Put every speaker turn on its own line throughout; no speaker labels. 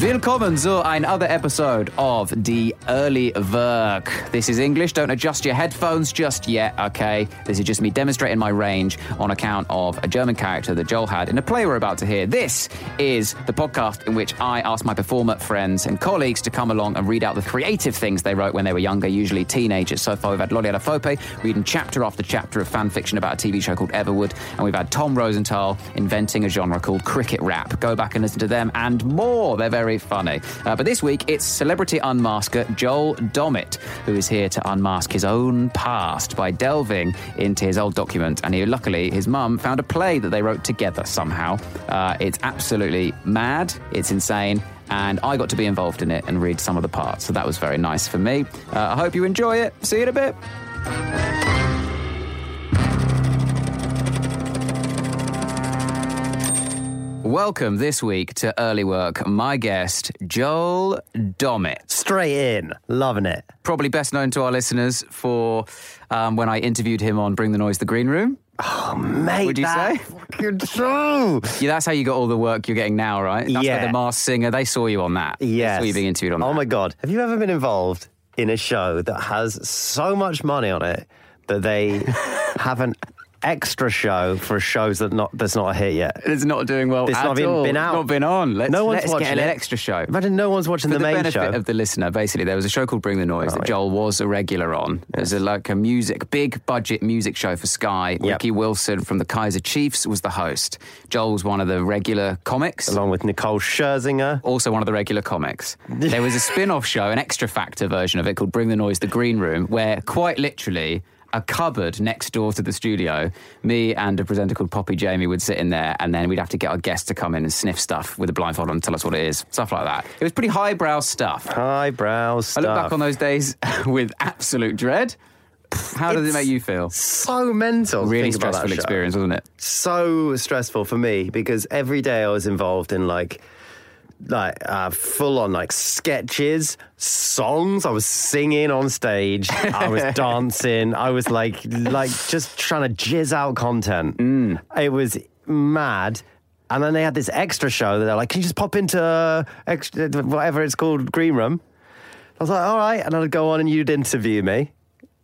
Willkommen zu another episode of the early work. This is English. Don't adjust your headphones just yet, okay? This is just me demonstrating my range on account of a German character that Joel had in a play we're about to hear. This is the podcast in which I ask my performer friends and colleagues to come along and read out the creative things they wrote when they were younger, usually teenagers. So far, we've had Lolly Alafope reading chapter after chapter of fan fiction about a TV show called Everwood, and we've had Tom Rosenthal inventing a genre called cricket rap. Go back and listen to them and more. They're very very funny. Uh, but this week, it's celebrity unmasker Joel Dommett, who is here to unmask his own past by delving into his old document. And he, luckily, his mum found a play that they wrote together somehow. Uh, it's absolutely mad, it's insane. And I got to be involved in it and read some of the parts. So that was very nice for me. Uh, I hope you enjoy it. See you in a bit. Welcome this week to Early Work. My guest, Joel Dommett.
Straight in, loving it.
Probably best known to our listeners for um, when I interviewed him on Bring the Noise the Green Room.
Oh, mate,
Would you
that
say?
fucking show.
Yeah, that's how you got all the work you're getting now, right? That's
Yeah.
where the Masked Singer, they saw you on that. They
Yes.
saw you being interviewed on
Oh
that.
my god, have you ever been involved in a show that has so much money on it that they have an extra show for shows that not that's not a hit yet?
It's not doing well
It's
at
not even
all.
been
It's
out.
not been on. Let's,
no one's
let's
watching
get an
it.
extra show.
Imagine no one's watching
For
the,
the,
main
benefit
show.
of the listener, basically, there was a show called Bring the Noise that Joel was a regular on. It was a, like a music, big budget music show for Sky. Ricky Wilson from the Kaiser Chiefs was the host. Joel was one of the regular comics.
Along with Nicole Scherzinger.
Also, one of the regular comics. There was a spin off show, an extra factor version of it called Bring the Noise the Green Room, where quite literally a cupboard next door to the studio, me and a presenter called Poppy Jamie would sit in there, and then we'd have to get our guests to come in and sniff stuff with a blindfold on and tell us what it is, stuff like that. It was pretty highbrow stuff.
Eyebrow
I
stuff.
look back on those days with absolute dread. How did it
It's
make you feel?
So mental. to
Really
think about that
stressful
show.
experience, wasn't it?
so stressful for me because every day I was involved in like like uh, full on like sketches, songs. I was singing on stage. I was dancing. I was like like just trying to jizz out content. It was mad. And then they had this extra show that they're like, can you just pop into extra, whatever it's called, green room? I was like, all right. And I'd go on and you'd interview me.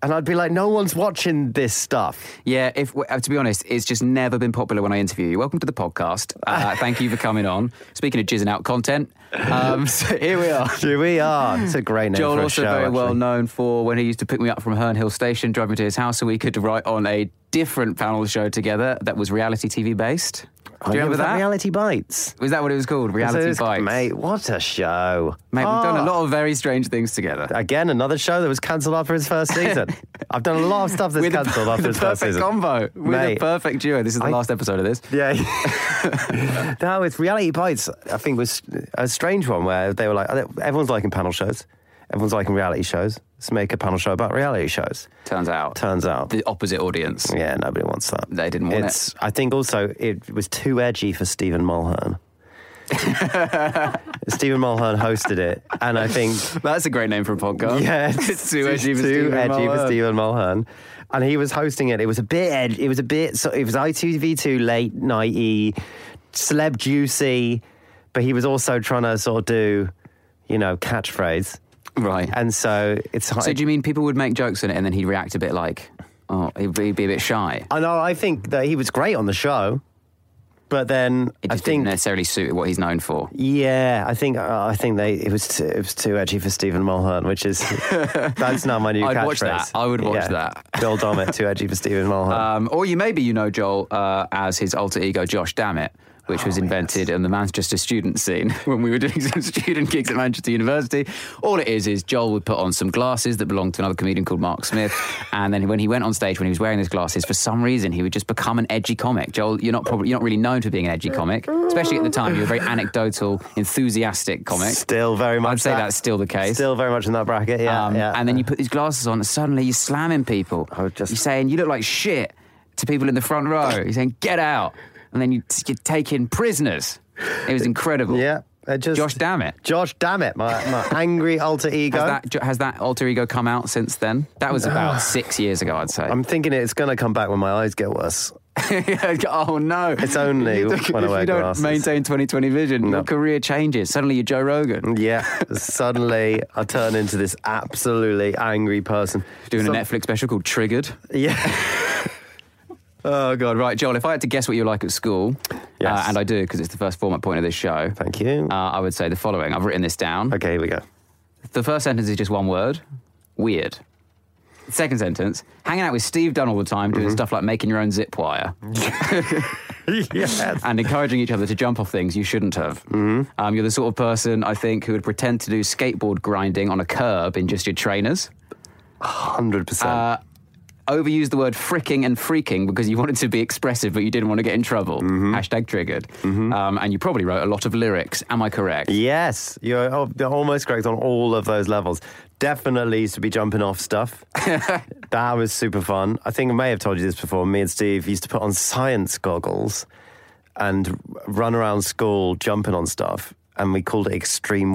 And I'd be like, no one's watching this stuff.
Yeah, if uh, to be honest, it's just never been popular when I interview you. Welcome to the podcast. Uh, thank you for coming on. Speaking of jizzing out content, um, so here we are.
Here we are. It's a great name
Joel
for a
also
show,
very well
actually.
known for when he used to pick me up from Herne Hill Station, drive me to his house, so we could write on a different panel show together that was reality TV based.
Oh,
Do you remember that?
Reality Bites.
Was that what it was called? Reality
It's-
Bites.
Mate, what a show.
Mate, we've done
Ah.
a lot of very strange things together.
Again, another show that was cancelled after its first season. I've done a lot of stuff that's
We're the-
cancelled after
the
its first
perfect
season.
combo. We're
Mate.
the perfect duo. This is the
I-
last episode of this.
Yeah. no, it's Reality Bites, I think, was a strange one where they were like, everyone's liking panel shows, everyone's liking reality shows. Let's make a panel show about reality shows.
Turns out,
Turns out.
the opposite audience.
yeah, nobody wants that.
They didn't want
it's, I think also it was too edgy for Stephen Mulhern. Stephen Mulhern hosted it, and I think
That's a great name for a podcast.
Yeah,
it's too edgy for
too
Stephen
edgy for
Mulhern.
Stephen Mulhern. And he was hosting it. It was a bit. ed- It was a bit. So it was ITV2 late nighty, celeb juicy, but he was also trying to sort of do, you know, catchphrase.
Right.
And so it's.
so do you mean people would make jokes in it and then he'd react a bit like, oh, he'd be, be a bit shy?
I know. I think that he was great on the show, but then
It
I
just
think
didn't necessarily suit what he's known for.
Yeah, I think uh, I think they it was too, it was too edgy for Stephen Mulhern, which is that's not my new
I'd
catchphrase.
watch that. I would watch that.
Bill Dommett, too edgy for Stephen Mulhern.
Um, or you maybe you know Joel uh, as his alter ego, Josh Dammit, which was invented in the Manchester student scene when we were doing some student gigs at Manchester University. All it is is Joel would put on some glasses that belonged to another comedian called Mark Smith, and then when he went on stage when he was wearing those glasses, for some reason he would just become an edgy comic. Joel, you're not probably you're not really known for being an edgy comic, especially at the time. You were a very anecdotal, enthusiastic comic.
Still very much.
I'd say
that.
that's still the case.
Still very much in that bracket. Yeah,
Um,
yeah.
And then you put these glasses on, and suddenly you're slamming people.
would just-
You're saying, you look like shit to people in the front row. You're saying, get out. And then you, you're taking prisoners. It was incredible.
yeah, I just
Josh Dammit.
Josh Dammit, my, my angry alter ego.
Has that, has that alter ego come out since then? That was about six years ago, I'd say.
I'm thinking it's going to come back when my eyes get worse.
oh, no.
It's only
If
when I wear
you don't
glasses.
maintain 2020 vision, your career changes. Suddenly you're Joe Rogan.
Yeah, suddenly I turn into this absolutely angry person.
Doing
Some-
a Netflix special called Triggered.
Yeah,
Oh, God. Right, Joel, if I had to guess what you were like at school, uh,
Yes.
and I do because it's the first format point of this show.
thank you.
uh, I would say the following. I've written this down.
okay, here we go.
The first sentence is just one word weird. The second sentence hanging out with Steve Dunn all the time,
Mm-hmm.
doing stuff like making your own zip wire
yes.
and encouraging each other to jump off things you shouldn't have.
Mm-hmm.
Um, you're the sort of person, I think, who would pretend to do skateboard grinding on a curb in just your trainers.
Hundred
Uh,
percent.
Overuse the word fricking and freaking because you wanted to be expressive, but you didn't want to get in trouble.
Mm-hmm.
Hashtag triggered. Um, and you probably wrote a lot of lyrics. Am I correct?
Yes, you're al- you're almost correct on all of those levels. Definitely used to be jumping off stuff. that was super fun. I think I may have told you this before. Me and Steve used to put on science goggles and r- run around school jumping on stuff, and we called it extreme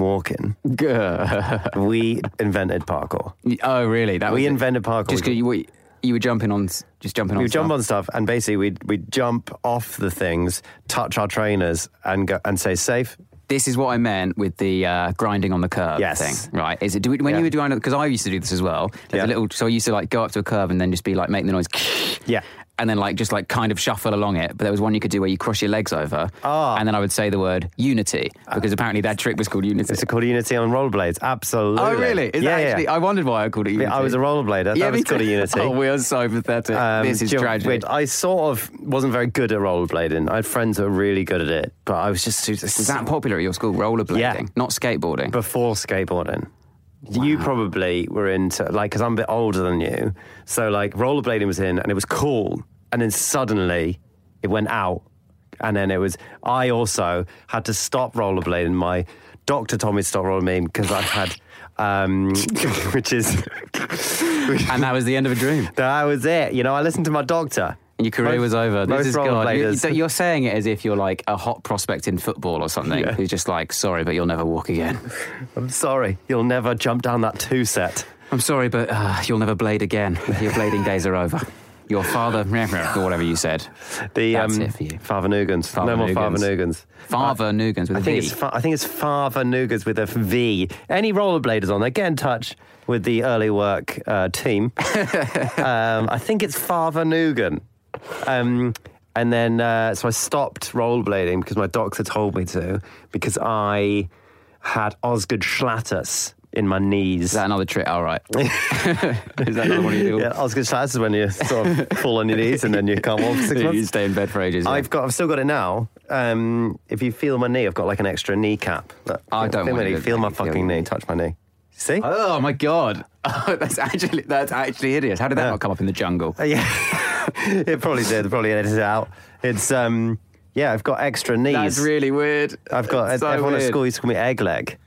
walking. we invented parkour.
Oh, really? That was
We
it.
invented parkour.
Just
We-
because you were, you were jumping on, s- just jumping on.
we would jump
stuff.
on stuff and basically we'd, we'd jump off the things, touch our trainers and go, and say safe.
This is what I meant with the uh, grinding on the curb
Yes.
thing, right? Is it do we, when
Yeah.
you were doing because I used to do this as well. There's a
Yeah.
little, so I used to like go up to a curb and then just be like making the noise,
Yeah.
and then like just like kind of shuffle along it. But there was one you could do where you cross your legs over,
Ah.
and then I would say the word unity because apparently that trick was called unity.
It's called Unity on rollerblades. Absolutely.
oh really? Is
yeah,
that
yeah.
actually? I wondered why I called it unity.
I was a rollerblader.
me
that was called a
too.
Unity.
Oh, we are so pathetic.
Um,
this is
do you know,
tragic.
wait, I sort of wasn't very good at rollerblading. I had friends that were really good at it, but I was just too-
was that popular at your school? Rollerblading,
uh, Yeah.
not skateboarding.
before skateboarding. You probably were into like because I'm a bit older than you, so like rollerblading was in and it was cool, and then suddenly it went out, and then it was. I also had to stop rollerblading. My doctor told me to stop rollerblading because I had, um, which is
and that was the end of a dream.
that was it. You know, I listened to my doctor.
And your career
Most-
was over. This
most
is God. You-
rollerbladers-
you- You're saying it as if you're like a hot prospect in football or something. Who's just like, sorry, but you'll never walk again.
I'm sorry, you'll never jump down that two set.
I'm sorry, but uh, you'll never blade again. Your blading days are over. Your father, or whatever you said,
The
That's
um,
it for you.
Father Nugans. No more Father
Farvanugans.
Nugans.
father Nugans with
I
a
think
V.
it's fa- I think it's Father Nugans with a V. Any rollerbladers on there, get in touch with the early work uh, team. um, I think it's Father Nugan. Um, and then uh, so I stopped rollerblading because my doctor told me to because I had Osgood Schlatters in my knees.
Is that another trick? All right. Is that another one you do?
yeah, I was going to say this is when you sort of fall on your knees and then you can't walk for six
You
months.
stay in bed for ages. yeah.
I've got, I've still got it now. Um, if you feel my knee, I've got like an extra kneecap. But,
I don't
feel
want
my
to
knee.
go-
Feel my
feel
fucking
your
knee.
knee.
Touch my knee. See?
Oh my god, that's actually that's actually hideous. How did that not come up in the jungle?
Uh, yeah, it probably did. They Probably edited it out. It's um, yeah, I've got extra knees.
That's really weird.
I've got
It's so
everyone at
weird.
school used to call me egg leg.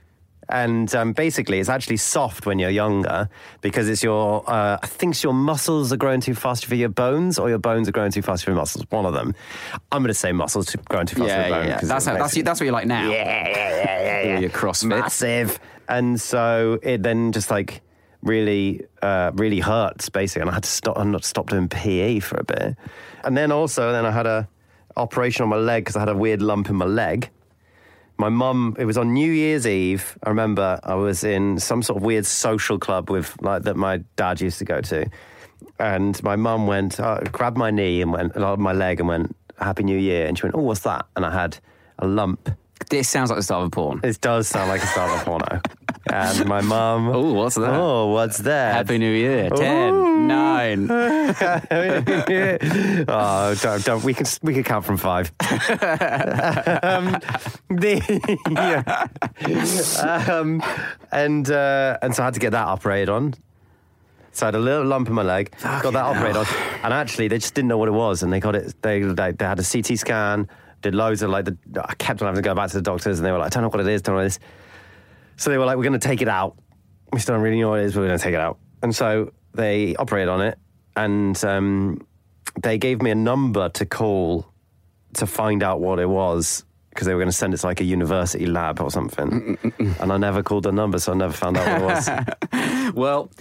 And um, basically, it's actually soft when you're younger because it's your, uh, I think it's your muscles are growing too fast for your bones or your bones are growing too fast for your muscles. One of them. I'm going to say muscles to- growing too
Yeah,
fast for your
yeah,
bones.
yeah.
'cause
That's
it
how, that's
makes-
you- that's what you're like now.
yeah, yeah, yeah, yeah,
Do
yeah.
your CrossFit.
Massive. And so it then just like really, uh, really hurts basically. And I had to stop, I not stop doing PE for a bit. And then also, then I had a operation on my leg because I had a weird lump in my leg. My mum, it was on New Year's Eve. I remember I was in some sort of weird social club with like that my dad used to go to. And my mum went, uh, grabbed my knee and went, uh, my leg and went, Happy New Year. And she went, Oh, what's that? And I had a lump
This sounds like the start of a porn.
it does sound like a start of a porno. And my mum.
Ooh, what's that?
Oh, what's that?
Happy New Year. Ten, nine.
oh, don't, don't. We can we can count from five. um, the, yeah. um, and uh, and so I had to get that operated on. So I had a little lump in my leg, got that operated on, and actually they just didn't know what it was, and they got it. They they, they had a CT scan, did loads of like the. I kept on having to go back to the doctors, and they were like, "I don't know what it is, don't know what it is." So they were like, "We're going to take it out. We still don't really know what it is, but we're going to take it out." And so they operated on it, and um, they gave me a number to call to find out what it was because they were going to send it to like a university lab or something. And I never called the number, so I never found out what it was.
Well,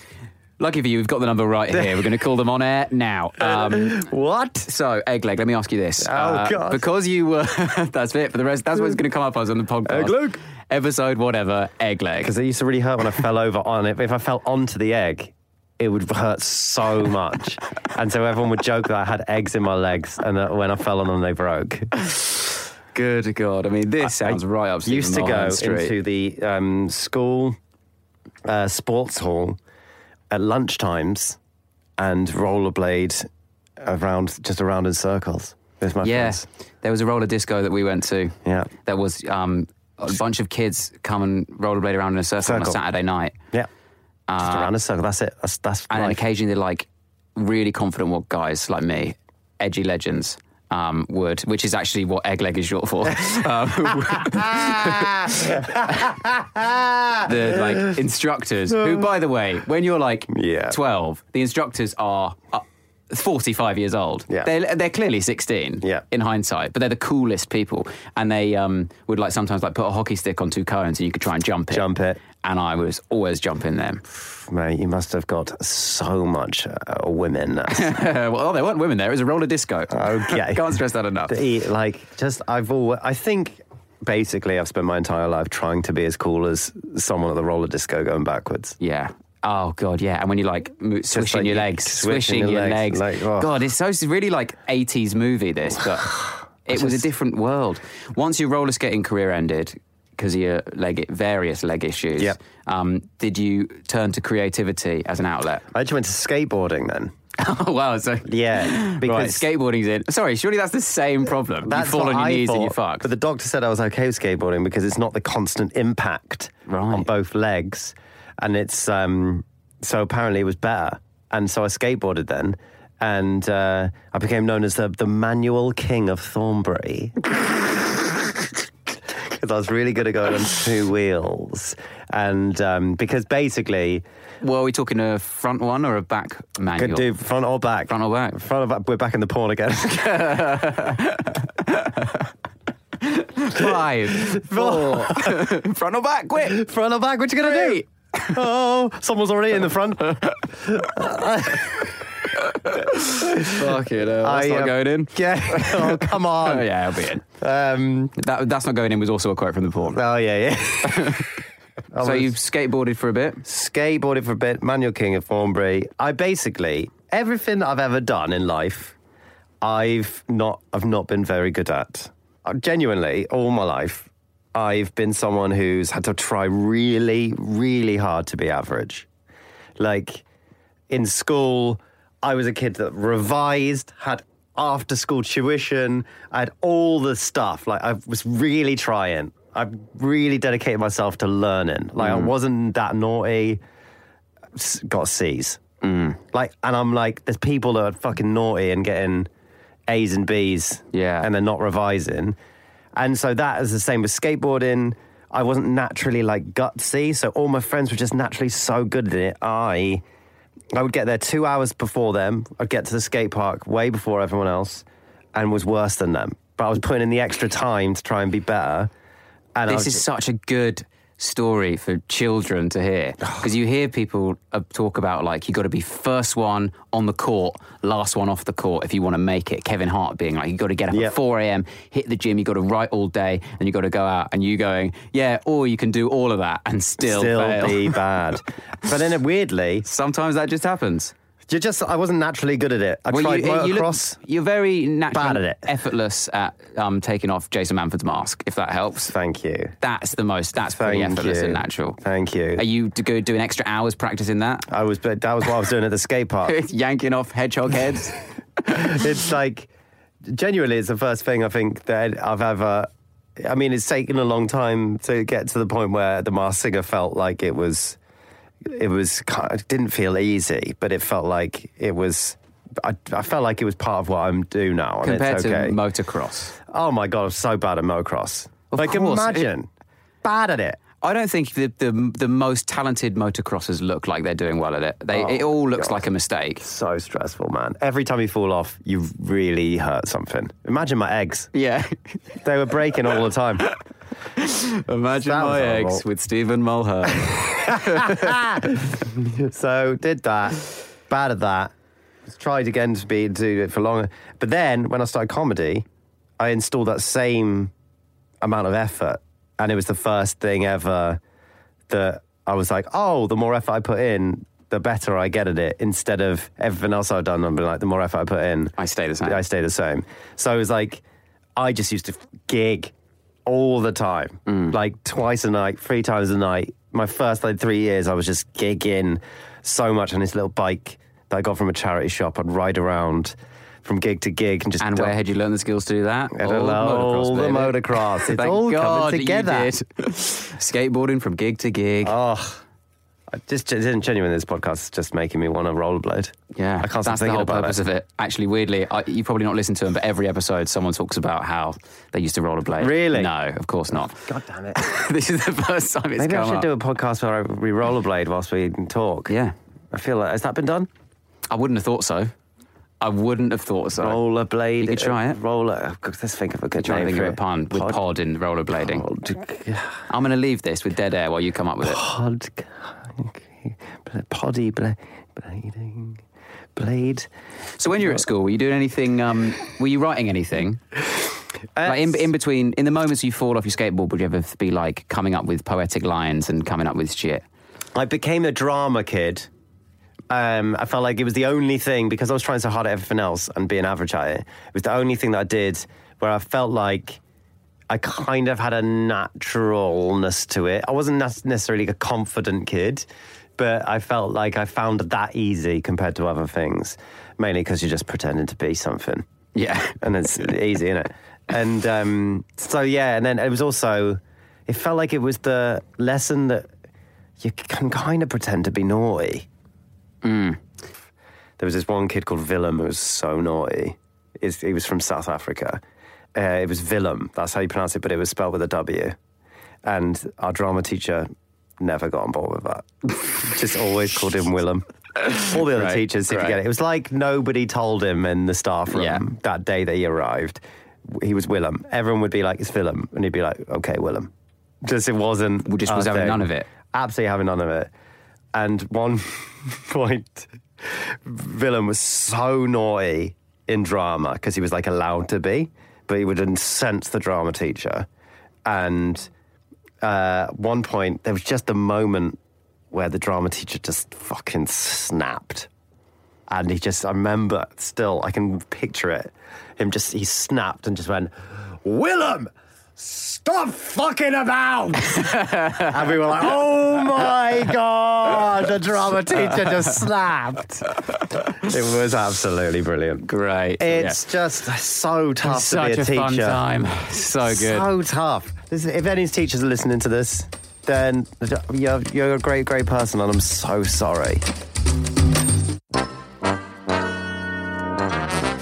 lucky for you, we've got the number right here. We're going to call them on air now. Um,
what?
so, Eggleg, let me ask you this. Oh,
God.
Because you were. that's it for the rest. That's what's going to come up as on the podcast.
Eggleg.
Episode whatever, Eggleg.
Because it used to really hurt when I fell over on it. If I fell onto the egg, it would hurt so much. and so everyone would joke that I had eggs in my legs, and that when I fell on them, they broke.
Good God. I mean, this sounds right up Stephen
used to go
Mulholland's street.
into the um, school uh, sports hall at lunchtimes and rollerblade around just around in circles with my
Yeah,
friends.
there was a roller disco that we went to.
Yeah.
that was um, a bunch of kids come and rollerblade around in a circle, on a
Circle.
Saturday night,
Yeah, just around a circle. That's it. That's that's
Uh, and then
life.
occasionally like really confident what guys like me, edgy legends. Um, would, which is actually what egg leg is short for. um, the like instructors, who, by the way, when you're like
Yeah.
12, the instructors are uh, 45 years old.
Yeah.
They're, they're clearly 16
Yeah.
in hindsight, but they're the coolest people. And they um, would like sometimes like put a hockey stick on two cones and you could try and jump it.
Jump it.
And I was always jumping them.
Mate, you must have got so much uh, women.
Uh, well, oh, there weren't women there. It was a roller disco.
Okay. e-
Can't stress that enough.
That he, like just I've always I think basically I've spent my entire life trying to be as cool as someone at the roller disco going backwards.
Yeah. Oh god, yeah. And when you like mo- swishing
like
your
you
legs,
swishing
swishing your
your
legs.
legs, like, oh.
God, it's so it's really like eighties movie this, but it was a different world. Once your roller skating career ended because of your leg various leg issues,
Yep.
um, did you turn to creativity as an outlet?
I actually went to skateboarding then.
oh wow, so
Yeah,
right,
because
skateboarding's in. Sorry, surely that's the same problem.
That's
you fall
what
on your
I
knees and you
thought,
fuck.
But the doctor said I was okay with skateboarding because it's not the constant impact
Right.
on both legs, and it's um, so apparently it was better, and so I skateboarded then, and uh, I became known as the the manual king of Thornbury. Because I was really good at going on two wheels, and um, because basically
Well, are we talking a front one or a back manual?
could do front or back,
Front or back.
front or back. We're back in the porn again.
Five, four, front or back, quick.
front or back? What you gonna do? oh, someone's already in the front.
Fuck it. Uh, that's
I,
not
uh,
going in.
Yeah. Oh, come
Oh
on.
yeah, I'll be in.
Um,
That, that's not going in was also a quote from the porn.
oh, yeah, yeah. I
So
was
you've skateboarded for a bit.
skateboarded for a bit, Manual King of Thornbury. I basically, everything I've ever done in life, I've not, I've not been very good at. Uh, Genuinely, all my life, I've been someone who's had to try really, really hard to be average. Like in school, I was a kid that revised, had after school tuition, I had all the stuff. Like I was really trying. I really dedicated myself to learning. Like I wasn't that naughty. S- Got C's. Like, and I'm like, there's people that are fucking naughty and getting A's and B's.
Yeah.
And they're not revising. And so that is the same with skateboarding. I wasn't naturally like gutsy, so all my friends were just naturally so good at it. I I would get there two hours before them. I'd get to the skate park way before everyone else and was worse than them. But I was putting in the extra time to try and be better. And I
This
was
is such a good story for children to hear because you hear people uh, talk about like you got to be first one on the court, last one off the court if you want to make it. Kevin Hart being like, you got to get up
Yep.
at four a.m., hit the gym, you got to write all day, and you got to go out. And you going, yeah, or you can do all of that and still,
still
fail.
be bad. but then weirdly,
Sometimes that just happens.
you just I wasn't naturally good at it. I tried
you, you look-
motocross.
you're very natural,
Bad at it.
effortless at um, taking off Jason Manford's mask. If that helps,
Thank you.
that's the most. That's pretty
Thank
effortless
you.
and natural.
Thank you.
Are you d- go doing extra hours practicing that?
I was, but that was what I was doing at the skate park.
Yanking off hedgehog heads.
it's like genuinely it's the first thing I think that I've ever I mean it's taken a long time to get to the point where the Mars Singer felt like it was it was kind of, didn't feel easy but it felt like it was I, I felt like it was part of what I'm do now and
Compared
it's okay.
to motocross,
oh my god I'm so bad at motocross
Of
like
course, it-
imagine bad at it
I don't think the, the the most talented motocrossers look like they're doing well at it. They it all looks
Oh, God.
like a mistake.
so stressful man every time you fall off you really hurt something imagine my eggs
Yeah,
they were breaking all the time
imagine
That was
my
horrible.
eggs with Stephen Mulhern.
So did that. Bad at that. Tried again to be do it for longer. But then when I started comedy, I installed that same amount of effort, and it was the first thing ever that I was like, oh, the more effort I put in, the better I get at it. Instead of everything else I've done, I'm like, the more effort I put in,
I stay the same.
I stay the same. So it was like, I just used to gig all the time,
Mm.
like twice a night, three times a night. My first like three years, I was just gigging so much on this little bike that I got from a charity shop. I'd ride around from gig to gig and just
and
do-
where had you learned the skills to do that?
I don't know, all the
baby.
motocross. It's
Thank
all
God
coming together.
You did. Skateboarding from gig to gig.
Oh, I just it isn't genuine. This podcast is just making me want to rollerblade.
yeah,
I
that's
can't stop
the
thinking
whole
about
purpose
it.
of it. Actually, weirdly, I, you probably not listened to him, but every episode someone talks about how they used to rollerblade.
Really?
No, of course not.
God damn it!
this is the first time it's
Maybe
come
I should
up.
do a podcast where we rollerblade whilst we talk.
Yeah.
I feel like has that been done?
I wouldn't have thought so. I wouldn't have thought so.
Rollerblade.
You could try it.
Roller. Let's think of a good
Trying to
name
think of
for
a pun with pod, in rollerblading.
Pod.
I'm going to leave this with dead air while you come up with it.
Pod. Poddy. Bla- blading. Blade.
So when you were at school, were you doing anything? Um, were you writing anything? Like in, in between, in the moments you fall off your skateboard, would you ever be like coming up with poetic lines and coming up with shit?
I became a drama kid. Um, I felt like it was the only thing because I was trying so hard at everything else and being average at it. It was the only thing that I did where I felt like I kind of had a naturalness to it. I wasn't nas- necessarily a confident kid, but I felt like I found it that easy compared to other things, mainly because you're just pretending to be something
Yeah.
and it's easy, isn't it? And um, so yeah, and then it was also, it felt like it was the lesson that you can kind of pretend to be naughty. There was this one kid called Willem who was so naughty. He's- He was from South Africa. Uh, it was Willem, that's how you pronounce it, but it was spelled with a W. And our drama teacher never got on board with that. Just always called him Willem. All the other
Right,
teachers seemed to
right.
get it. It was like nobody told him in the staff room
Yeah.
that day that he arrived. He was Willem. Everyone would be like, it's Willem. And he'd be like, okay, Willem. Just it wasn't.
We just
our
was having
thing.
none of it.
Absolutely having none of it. And one point, Willem was so naughty in drama because he was like allowed to be, but he would incense the drama teacher. And uh, one point, there was just a moment where the drama teacher just fucking snapped. And he just, I remember still, I can picture it. Him just, he snapped and just went, Willem, Stop fucking about! and we were like, oh my god, the drama teacher just slapped. It was absolutely brilliant.
Great.
It's just so tough to
such
be a,
a,
teacher.
fun time. So good.
So tough. This is- if any teachers are listening to this, then you're, you're a great, great person, and I'm so sorry.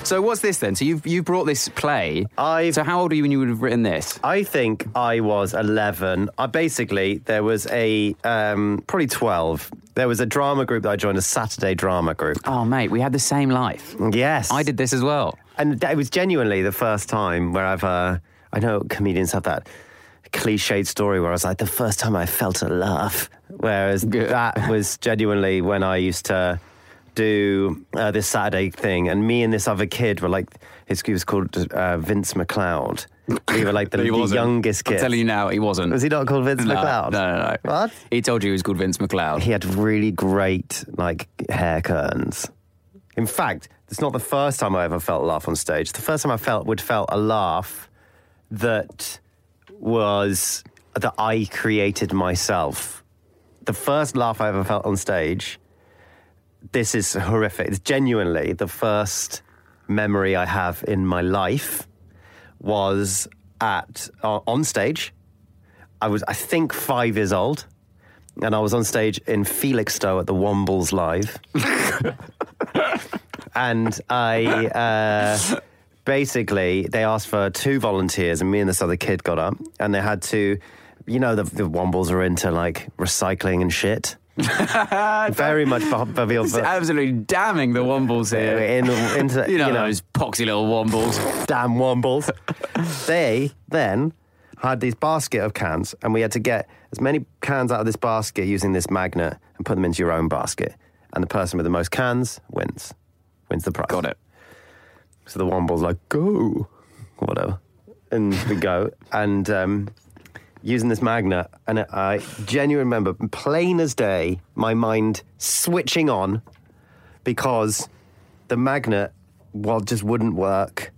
So what's this then? So you've you brought this play.
I've-
So how old are you when you would have written this?
I think I was 11. I basically, there was a, um, probably 12. There was a drama group that I joined, a Saturday drama group.
Oh mate, we had the same life.
Yes.
I did this as well.
And it was genuinely the first time where I've, uh, I know comedians have that cliched story where I was like, the first time I felt a laugh. Whereas that was genuinely when I used to do uh, this Saturday thing. And me and this other kid were like, his he was called uh, Vince McLeod. We were like the, the youngest
I'm
kid.
telling you now, he wasn't.
Was he not called Vince
no,
McLeod?
No, no, no.
What?
He told you he was called Vince McLeod.
He had really great like hair curtains. In fact, it's not the first time I ever felt a laugh on stage. The first time I felt would felt a laugh that was that I created myself. The first laugh I ever felt on stage. This is horrific. It's genuinely the first memory I have in my life was at uh, on stage. I was I think 5 years old and I was on stage in Felixstowe at the Wombles Live. and I uh, basically, they asked for two volunteers, and me and this other kid got up, and they had to, you know, the, the Wombles are into like recycling and shit. Very much beh-
It's
beh-
absolutely damning the Wombles here.
in, into,
you, know, those poxy little Wombles.
damn wombles. they then had these basket of cans, and we had to get as many cans out of this basket using this magnet and put them into your own basket. And the person with the most cans wins, wins the prize.
Got it.
So the womble's like, go, whatever. And we go. And um, using this magnet, and I genuinely remember, plain as day, my mind switching on because the magnet, well, just wouldn't work.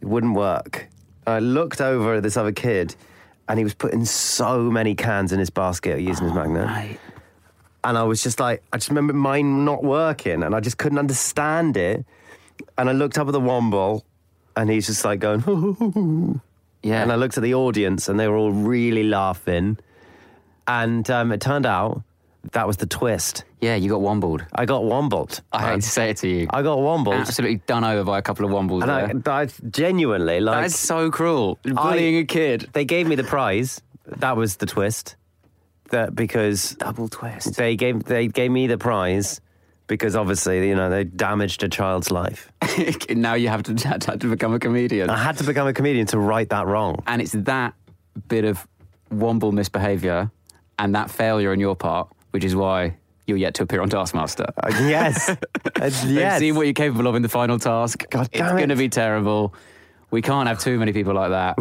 It wouldn't work. I looked over at this other kid, and he was putting so many cans in his basket using his magnet and I was just like, I just remember mine not working, and I just couldn't understand it. And I looked up at the Womble, and he's just like going,
Yeah.
and I looked at the audience, and they were all really laughing. And um, it turned out that was the twist.
yeah, you got Wombled.
I got Wombled.
I hate to say it to you.
I got Wombled,
Absolutely done over by a couple of Wombles.
and
there.
I, I genuinely like.
That is so cruel. Bullying a kid.
They gave me the prize. That was the twist. That because
Double twist.
they gave they gave me the prize because obviously you know they damaged a child's life.
now you have to, have to become a comedian.
I had to become a comedian to right that wrong.
And it's that bit of Womble misbehaviour and that failure on your part, which is why you're yet to appear on Taskmaster.
Uh, yes. Uh, yes.
They've seen what you're capable of in the final task.
God
it's
damn it.
going to be terrible. We can't have too many people like that.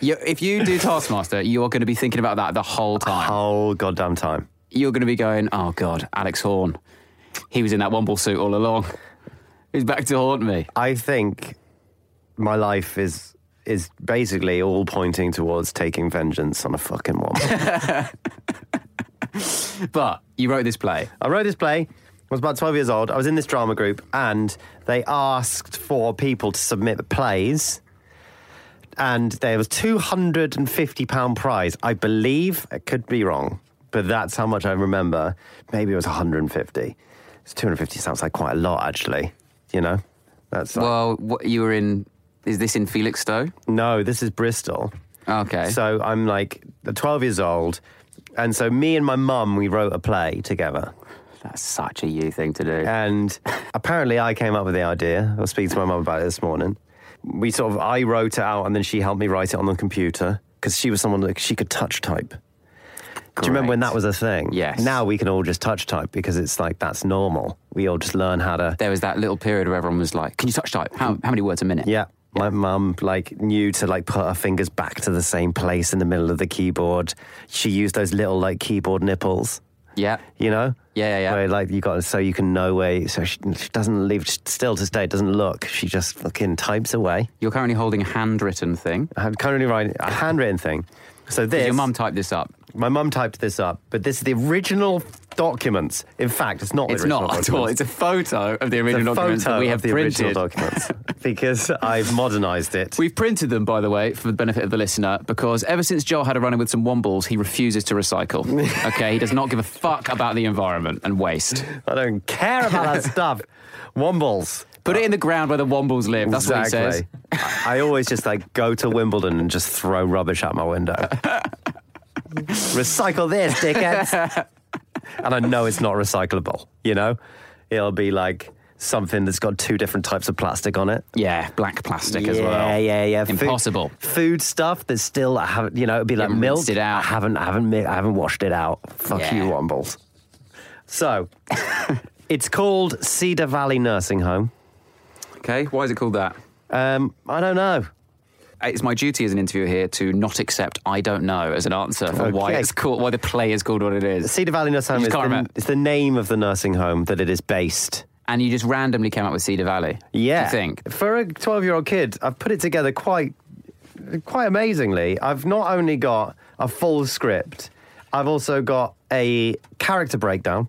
you, if you do Taskmaster, you are going to be thinking about that the whole time.
Oh, goddamn time.
You're going to be going, oh God, Alex Horn. He was in that Womble suit all along. He's back to haunt me.
I think my life is is basically all pointing towards taking vengeance on a fucking woman.
But you wrote this play.
I wrote this play. I was about 12 years old. I was in this drama group and they asked for people to submit plays. And there was £250 prize. I believe, I could be wrong, but that's how much I remember. Maybe it was 150. It's 250 sounds like quite a lot, actually. You know? That's like,
Well, what, you were in. Is this in Felixstowe?
no, this is Bristol.
Okay.
So I'm like 12 years old. And so me and my mum, we wrote a play together.
That's such a you thing to do.
And apparently, I came up with the idea. I was speaking to my mum about it this morning. We sort of, I wrote it out and then she helped me write it on the computer because she was someone that she could touch type. Do you remember when
Great.
that was a thing?
Yes.
Now we can all just touch type because it's like that's normal. We all just learn how to.
there was that little period where everyone was like, "Can you touch type? How, how many words a minute?"
Yeah. My mum like knew to like put her fingers back to the same place in the middle of the keyboard. She used those little like keyboard nipples.
Yeah.
You know?
Yeah, yeah, yeah.
Where like you got so you can know where. So she, she doesn't leave still to stay. Doesn't look. She just fucking types away.
You're currently holding a handwritten thing.
I'm currently writing a handwritten thing. So this
Did your mum type this up?
My mum typed this up, but this is the original documents. In fact, it's not.
It's
the original
not at all. It's
documents.
a photo of the original
It's a
documents
photo
that we
of
have
the original
printed.
documents because I've modernised it.
We've printed them, by the way, for the benefit of the listener, because ever since Joel had a run in with some wombles, he refuses to recycle. okay, he does not give a fuck about the environment and waste.
I don't care about that stuff. Wombles.
Put it in the ground where the wombles live. That's what he says.
I I always just like go to Wimbledon and just throw rubbish out my window. Recycle this, dickheads. and I know it's not recyclable, you know? It'll be like something that's got two different types of plastic on it.
Yeah, black plastic as
yeah,
well.
Yeah, yeah, Food-
Impossible.
Food, stuff that's still I haven't you know, it'd be like
haven't
milk.
rinsed it out.
I haven't I haven't mi- I haven't washed it out. Fuck
Yeah.
you, Wombles. So it's called Cedar Valley Nursing Home.
Okay, why is it called that?
Um, I don't know.
It's my duty as an interviewer here to not accept "I don't know" as an answer for why
Okay.
it's called, why the play is called what it is,
Cedar Valley Nursing Home
You
is
just can't
the,
remember.
is the name of the nursing home that it is based.
and you just randomly came up with Cedar Valley.
Yeah,
I think
for a twelve-year-old kid, I've put it together quite, quite amazingly. I've not only got a full script, I've also got a character breakdown.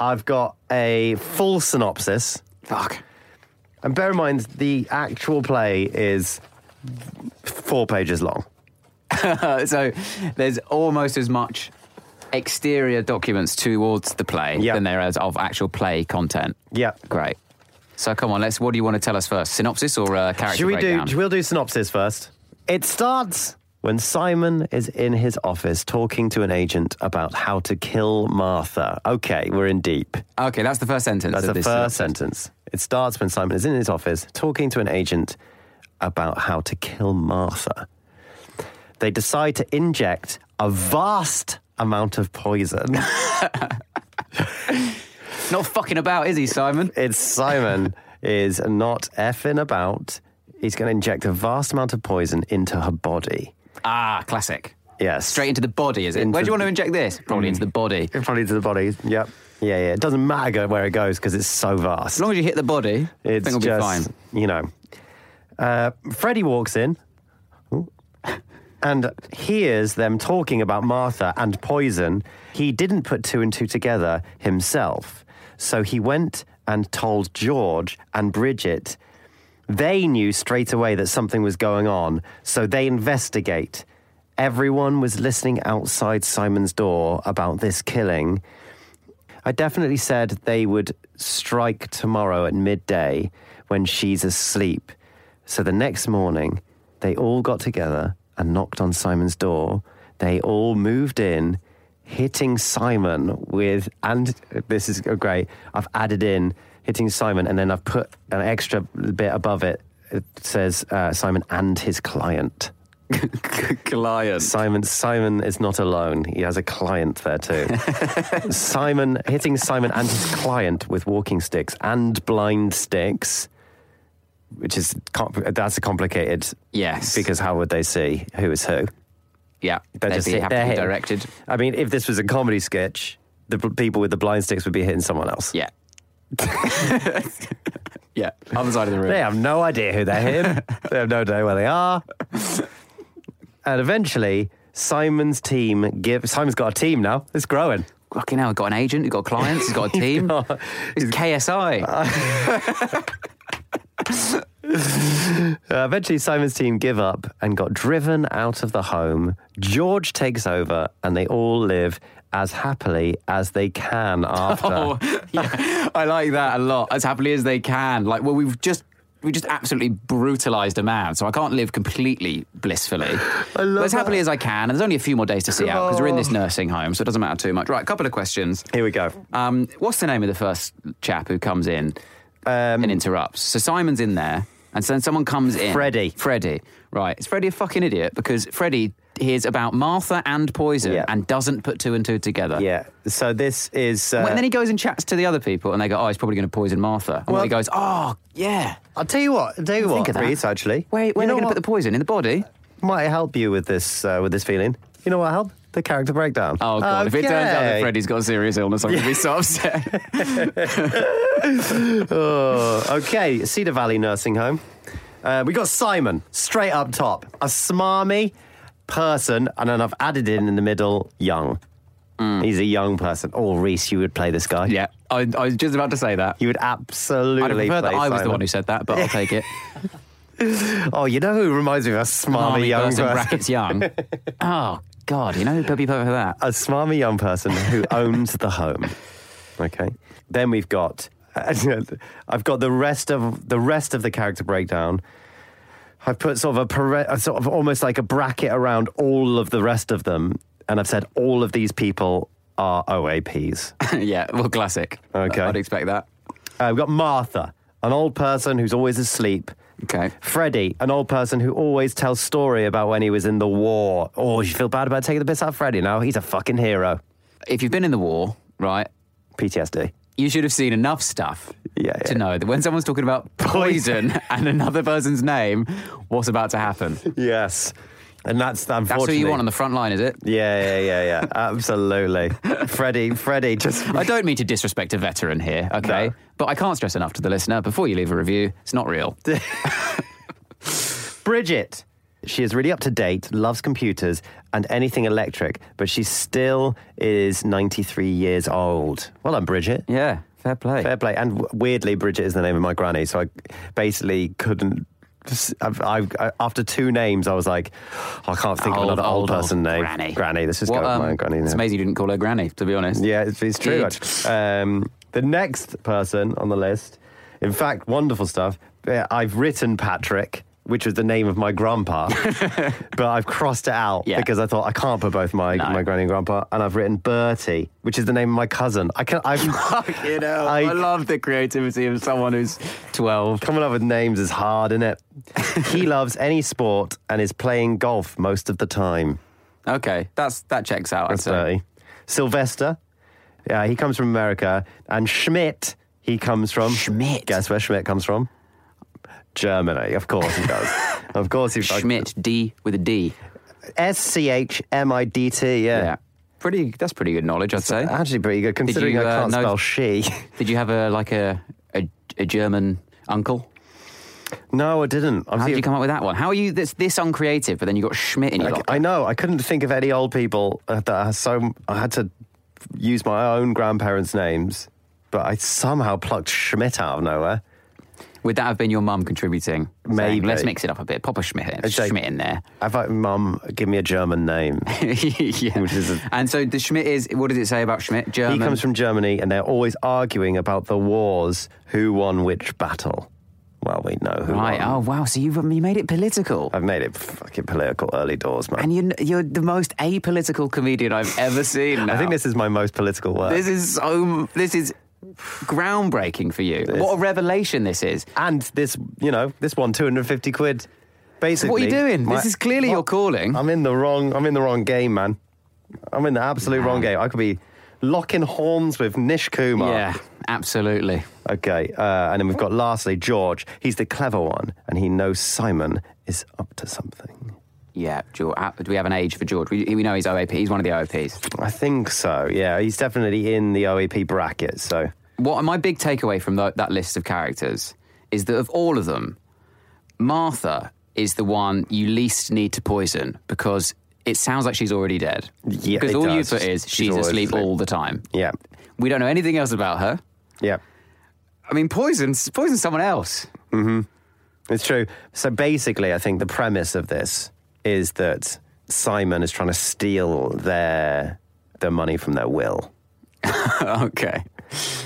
I've got a full synopsis,
fuck.
and bear in mind the actual play is four pages long.
Uh, so there's almost as much exterior documents towards the play
Yeah.
than there is of actual play content.
Yeah.
Great. So come on, let's. What do you want to tell us first? Synopsis or uh, character
Should we
breakdown?
do? We'll do synopsis first. It starts when Simon is in his office talking to an agent about how to kill Martha. Okay, we're in deep.
okay, that's the first sentence.
That's
of
the
this synopsis.
first sentence. It starts when Simon is in his office talking to an agent about how to kill Martha. They decide to inject a vast amount of poison.
Not fucking about, is he, Simon?
it's Simon is not effing about. He's going to inject a vast amount of poison into her body.
Ah, classic.
Yes.
Straight into the body, is it?
Into
Where do you want to
the- Mm.
inject this? Probably into the body.
In front of the body. Yep. Yeah, yeah. It doesn't matter go- where it goes because it's so vast.
As long as you hit the body,
It's
thing will
just,
be fine.
you know. Uh, Freddie walks in Ooh. and hears them talking about Martha and poison. He didn't put two and two together himself. So he went and told George and Bridget. They knew straight away that something was going on, so they investigate. Everyone was listening outside Simon's door about this killing. I definitely said they would strike tomorrow at midday when she's asleep. So the next morning, they all got together and knocked on Simon's door. They all moved in, hitting Simon with, and this is great, I've added in hitting Simon, and then I've put an extra bit above it. It says uh, Simon and his client.
Client.
Simon Simon is not alone. He has a client there too. Simon hitting Simon and his client with walking sticks and blind sticks, which is com- that's complicated
Yes.
because how would they see who is who?
yeah,
They're
they'd
just
be
hit- they're
happily
hitting-
directed.
I mean, if this was a comedy sketch, the p- people with the blind sticks would be hitting someone else.
Yeah. yeah. Other side of the room.
They have no idea who they're hitting. they have no idea where they are. And eventually, Simon's team give Simon's got a team now. It's growing.
Fucking hell, he's got an agent, he's got clients, he's got a team. He's KSI.
Uh, eventually, Simon's team give up and got driven out of the home. George takes over, and they all live as happily as they can after.
Oh, yeah. I like that a lot. As happily as they can. Like, well, we've just we just absolutely brutalized a man, so I can't live completely blissfully. I
love
but as happily
that.
as I can, and there's only a few more days to see out because we're in this nursing home, so it doesn't matter too much. Right, a couple of questions.
Here we go.
Um, what's the name of the first chap who comes in
Um,
and interrupts? So Simon's in there, and so then someone comes in.
Freddie.
Freddie. Right. Is Freddie a fucking idiot? Because Freddie hears about Martha and poison
Yeah.
and doesn't put two and two together.
Yeah. So this is. Uh,
Well, and then he goes and chats to the other people, and they go, "Oh, he's probably going to poison Martha." And
Well-
he goes, "Oh, yeah."
I'll tell you what. I'll tell you what.
Think of that.
Reece, actually.
Where, where are
you know
they going to
what
put the poison in the body?
might help you with this uh, with this feeling? You know what help? the character breakdown.
Oh god! If it turns out that
Okay.
Freddy's got a serious illness, I'm gonna be so upset.
Oh, okay, Cedar Valley Nursing Home. Uh, we got Simon straight up top, a smarmy person, and then I've added in in the middle, young. He's a young person. Oh, Reese, you would play this guy.
Mm. yeah, I, I was just about to say that.
you would absolutely.
I'd have preferred that
play
I was the
Simon.
one who said that, but I'll take it.
Oh, you know who reminds me of a smarmy
Army
young
person,
person?
brackets young. oh god! You know who could be perfect for that?
a smarmy young person who owns the home. Okay. Then we've got I've got the rest of the rest of the character breakdown. I've put sort of a pare- a sort of almost like a bracket around all of the rest of them, and I've said all of these people are OAPs.
yeah, well, classic.
Okay.
I'd expect that.
Uh, we've got Martha, an old person who's always asleep.
Okay.
Freddie, an old person who always tells story about when he was in the war. Oh, you feel bad about taking the piss out of Freddie now? He's a fucking hero.
If you've been in the war, right,
PTSD.
you should have seen enough stuff
Yeah, yeah.
to know that when someone's talking about poison and another person's name, what's about to happen.
Yes. And that's
That's
unfortunately.
who you want on the front line, is it?
Yeah, yeah, yeah, yeah. Absolutely. Freddie, Freddie, just.
I don't mean to disrespect a veteran here, okay?
No.
But I can't stress enough to the listener before you leave a review, it's not real.
Bridget. She is really up to date, loves computers and anything electric, but she still is 93 years old. Well, I'm Bridget.
Yeah, fair play.
Fair play. And w- weirdly, Bridget is the name of my granny, so I basically couldn't. I, I, after two names, I was like, "Oh, I can't think of another old, person name.
Granny.
Granny. Let's just
What,
go with
um,
my granny.
It's
name.
amazing you didn't call her granny, to be honest.
Yeah, it's, it's true.
It-
actually. Um, the next person on the list, in fact, wonderful stuff. Uh, I've written Patrick, which was the name of my grandpa, but I've crossed it out
Yeah.
because I thought I can't put both my,
No.
my granny and grandpa. And I've written Bertie, which is the name of my cousin. I can I've
You know, I, love the creativity of someone who's 12.
coming up with names is hard, isn't it? he loves any sport and is playing golf most of the time.
Okay, that's that checks out. I'd
That's
say.
Bertie. uh, Sylvester, yeah, he comes from America, and Schmidt, he comes from
Schmidt.
Guess where Schmidt comes from? Germany, of course he does. of course he
Schmidt, D with a D.
S C H M I D T.
Yeah.
Yeah.
Pretty, that's pretty good knowledge, I'd say.
actually pretty good considering
you,
I
uh,
can't
know-
spell she.
Did you have a like a a, a German uncle?
no, I didn't.
How
Obviously-
did you come up with that one? How are you this this uncreative? But then you got Schmidt in your
I,
lot.
I know. I couldn't think of any old people uh, that are so. I had to use my own grandparents' names, but I somehow plucked Schmidt out of nowhere.
Would that have been your mum contributing? Saying,
Maybe.
Let's mix it up a bit. Pop a Schmidt, in,
It's like-
Schmidt in there.
I've like, Mum, give me a German name.
yeah.
Which is a-
and so the Schmidt is. What does it say about Schmidt? German.
He comes from Germany, and they're always arguing about the wars, who won which battle. Well, we know who
right.
won.
Oh wow. So you you made it political.
I've made it fucking political early doors, man.
and you're, you're the most apolitical comedian I've ever seen.
I think
now.
this is my most political work.
This is so. This is groundbreaking for you. What a revelation this is.
and this, you know, this one, two hundred and fifty quid. Basically,
What are you doing?
my-
this is clearly your
What?
calling.
I'm in the wrong. I'm in the wrong game, man. I'm in the absolute wrong game. I could be locking horns with Nish Kumar.
yeah, absolutely.
Okay. Uh, and then we've got lastly George. He's the clever one, and he knows Simon is up to something.
Yeah, George. uh, Do we have an age for George? We, we know he's OAP. He's one of the OAPs.
I think so. Yeah, he's definitely in the OEP bracket. So
What my big takeaway from tho- that list of characters is that of all of them, Martha is the one you least need to poison because it sounds like she's already dead.
Yeah,
because
it
all
does.
you put is
She's
she's,
always
asleep
asleep.
all the time.
yeah,
We don't know anything else about her.
yeah,
I mean, poison poison someone else.
it's true. So basically, I think the premise of this is that Simon is trying to steal their their money from their will.
okay.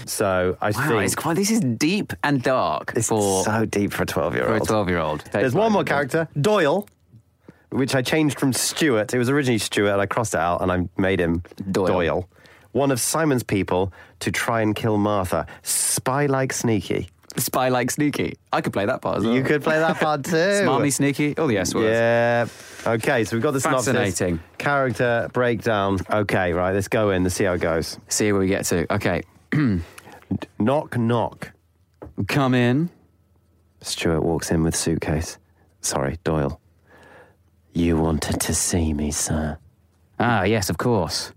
So I
Wow,
think
it's quite, this is deep and dark
it's
for,
so deep for a twelve year
for a
old.
12 year old.
There's one more character, Doyle, which I changed from Stuart. It was originally Stuart, and I crossed it out and I made him
Doyle.
one of Simon's people, to try and kill Martha. Spy like sneaky.
Spy like sneaky. I could play that part as well.
You could play that part too.
Smarmy sneaky. Oh, All the S words.
Yeah. Okay, so we've got the synopsis.
Fascinating.
Character breakdown. Okay, right, let's go in. Let's see how it goes.
See where we get to. Okay.
Knock, knock.
Come in.
Stuart walks in with suitcase. Sorry, Doyle. You wanted to see me, sir.
Ah, yes, of course.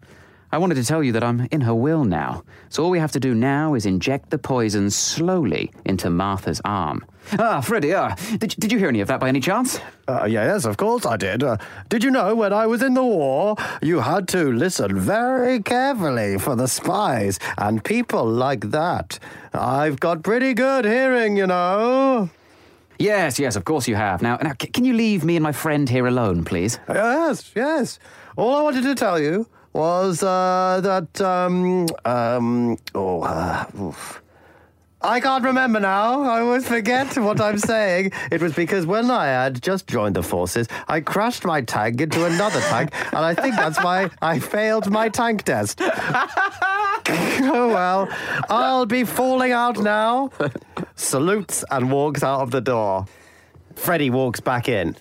I wanted to tell you that I'm in her will now, so all we have to do now is inject the poison slowly into Martha's arm. Ah, Freddie, ah, did, did you hear any of that by any chance?
Uh, yes, of course I did. Uh, did you know when I was in the war, you had to listen very carefully for the spies and people like that? I've got pretty good hearing, you know.
Yes, yes, of course you have. Now, now, c- can you leave me and my friend here alone, please?
Yes, yes. All I wanted to tell you was uh, that um, um, oh, uh, oof. I can't remember now. I always forget what I'm saying. It was because when I had just joined the forces, I crashed my tank into another tank, and I think that's why I failed my tank test. oh well, I'll be falling out now. Salutes and walks out of the door. Freddy walks back in.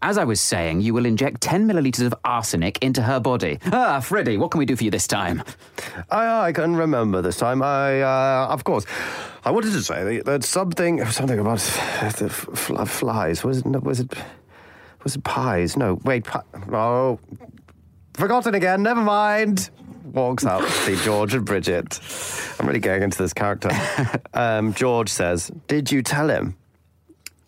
As I was saying, you will inject 10 milliliters of arsenic into her body. Ah, Freddie, what can we do for you this time?
I, I can remember this time. I, uh, of course, I wanted to say that- that something, something about the f- fl- flies. Was it, no, was it, was it pies? No, wait, pi- oh, forgotten again. Never mind. Walks out to see George and Bridget. I'm really going into this character. Um, George says, "Did you tell him?"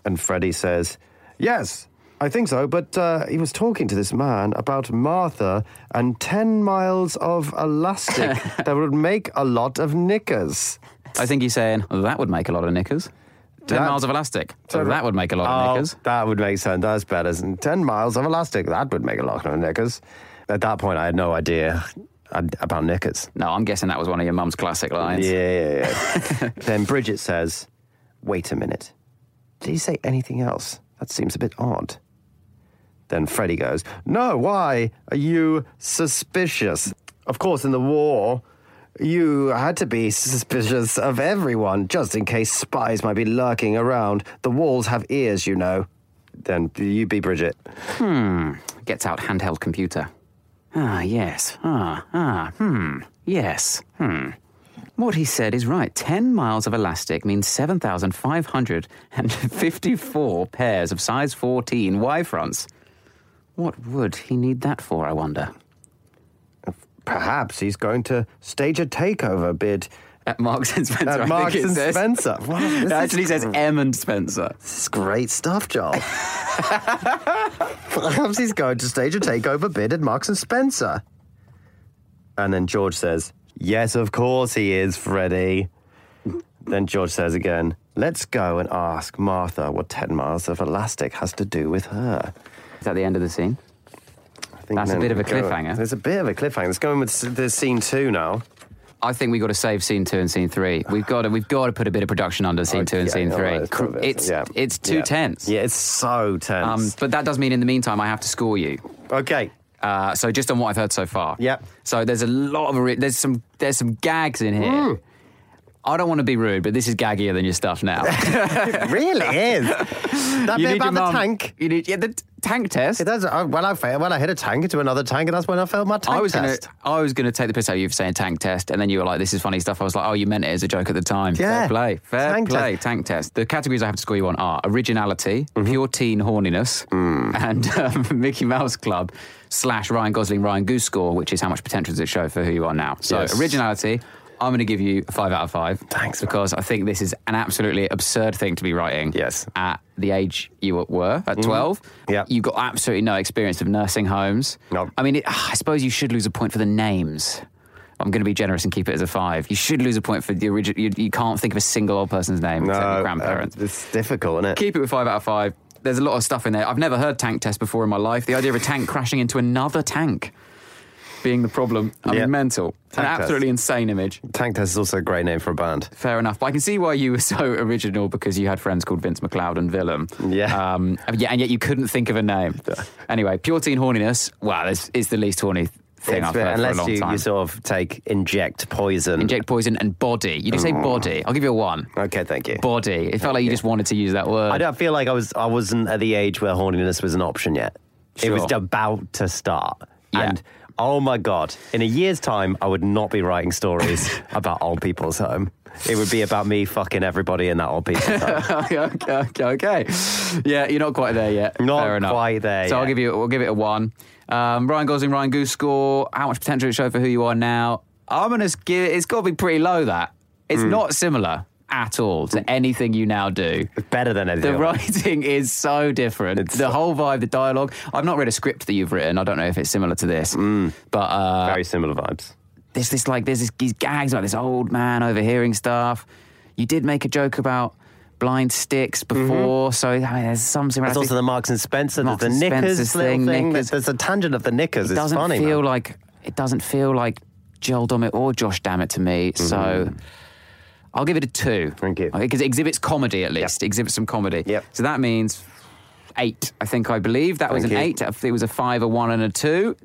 And Freddie says, Yes, I think so. But uh, he was talking to this man about Martha and 10 miles of elastic that would make a lot of knickers.
I think he's saying that would make a lot of knickers. 10
That- Oh,
miles of elastic. So that would make a lot of knickers.
that would make sense. That's better. than 10 miles of elastic, that would make a lot of knickers. At that point, I had no idea ad- about knickers.
No, I'm guessing that was one of your mum's classic lines.
Yeah, yeah, yeah. then Bridget says, Wait a minute. Did he say anything else? That seems a bit odd. Then Freddy goes, No, why are you suspicious? Of course, in the war, you had to be suspicious of everyone, just in case spies might be lurking around. The walls have ears, you know. Then you be Bridget.
Gets out handheld computer. Ah, yes. Ah, ah, hmm. Yes. Hmm. What he said is right. 10 miles of elastic means 7,554 pairs of size 14 Y fronts. What would he need that for, I wonder?
Perhaps he's going to stage a takeover bid
At Marks and Spencer. I
at
think
Marks
it
and
says.
Spencer. Wow, this
It
is
actually says M and Spencer.
This is great stuff, Joel. Perhaps he's going to stage a takeover bid at Marks and Spencer. And then George says, Yes, of course he is, Freddie. then George says again, Let's go and ask Martha what 10 miles of elastic has to do with her.
Is that the end of the scene?
I think
That's a
then
bit of a
we go-
cliffhanger.
There's a bit of a cliffhanger. Let's go in with s- the scene two now.
I think we've got to save scene two and scene three. We've got to we've got to put a bit of production under scene two and
Yeah,
scene
all
three.
right, let's
Cr-
go with it.
it's
Yeah.
it's too
Yeah.
tense.
Yeah, it's so tense.
Um, but that does mean in the meantime I have to score you.
okay.
Uh, so just on what I've heard so far.
Yeah.
So there's a lot of re- there's some there's some gags in here.
Mm.
I don't want to be rude, but this is gaggier than your stuff now.
It really is. That
you need
bit
your
about the
mum-
tank.
You need yeah, the t- tank test.
It does. I, when I fail, when I hit a tank into another tank, and that's when I failed my tank
I was
test.
gonna, I was gonna take the piss out of you for saying tank test, and then you were like, "This is funny stuff." I was like, "Oh, you meant it as a joke at the time."
Yeah.
Fair play, fair
Tank
play,
test. Mm-hmm.
tank test. The categories I have to score you on are originality, pure teen horniness,
Mm.
and um, Mickey Mouse Club slash Ryan Gosling Ryan Goose score, which is how much potential does it show for who you are now. So
Yes.
originality. I'm going to give you a five out of five.
Thanks, man.
Because I think this is an absolutely absurd thing to be writing.
Yes. Mm-hmm.
At the age you were, at 12.
Yeah.
You've got absolutely no experience of nursing homes.
No.
I mean, it, ah, I suppose you should lose a point for the names. I'm going to be generous and keep it as a five. You should lose a point for the original. You, you can't think of a single old person's name except your
uh,
grandparents.
it's difficult, isn't it?
keep it with five out of five. There's a lot of stuff in there. I've never heard tank test before in my life. The idea of a tank crashing into another tank being the problem. I
Yeah.
mean, mental. An
Tank test.
absolutely insane image.
Tank test is also a great name for a band.
Fair enough. But I can see why you were so original because you had friends called Vince McLeod and Willem.
Yeah.
Um, and yet- and yet you couldn't think of a name. Anyway, pure teen horniness. Wow, this is the least horny thing
It's
I've
been-
heard for
unless
a long
you,
time.
you sort of take inject poison.
Inject poison and body. You did say body. I'll give you a one.
Mm. Okay, thank you.
Body. It felt like you just wanted to use that word.
I don't feel like I was. I wasn't at the age where horniness was an option yet. It was
Sure.
about to start,
Yeah.
and Oh my God. In a year's time, I would not be writing stories about old people's home. It would be about me fucking everybody in that old people's home.
okay, okay, okay, okay. Yeah, you're not quite there yet.
Not
Fair enough.
quite there
So I'll
yet.
give you, we'll give it a one. Um, Ryan Gosling, Ryan Goose score. How much potential it showed for who you are now? I'm gonna give. It's got to be pretty low. That it's
Hmm.
not similar at all to anything you now do.
Better than
The
anything. else.
writing is so different. the whole vibe, the dialogue. I've not read a script that you've written. I don't know if it's similar to this,
Hmm.
but uh,
Very similar vibes.
there's this like there's this, these gags about this old man overhearing stuff. You did make a joke about blind sticks before, so I mean, there's some
Mm-hmm. There's
similarity.
also the Marks and Spencer.
Marks
there's
and
the knickers
Spencer's
little
thing,
thing.
knickers.
There's a tangent of the knickers.
it
it's
doesn't
funny.
feel
man.
like it doesn't feel like Joel Dommett or Josh Dammett to me. So I'll give it a two.
Mm-hmm. Thank you.
Because it exhibits comedy at least. Exhibits some comedy.
Yep.
So that means eight. I think I believe that was an
Thank you.
eight. It was a five, a one, and a two.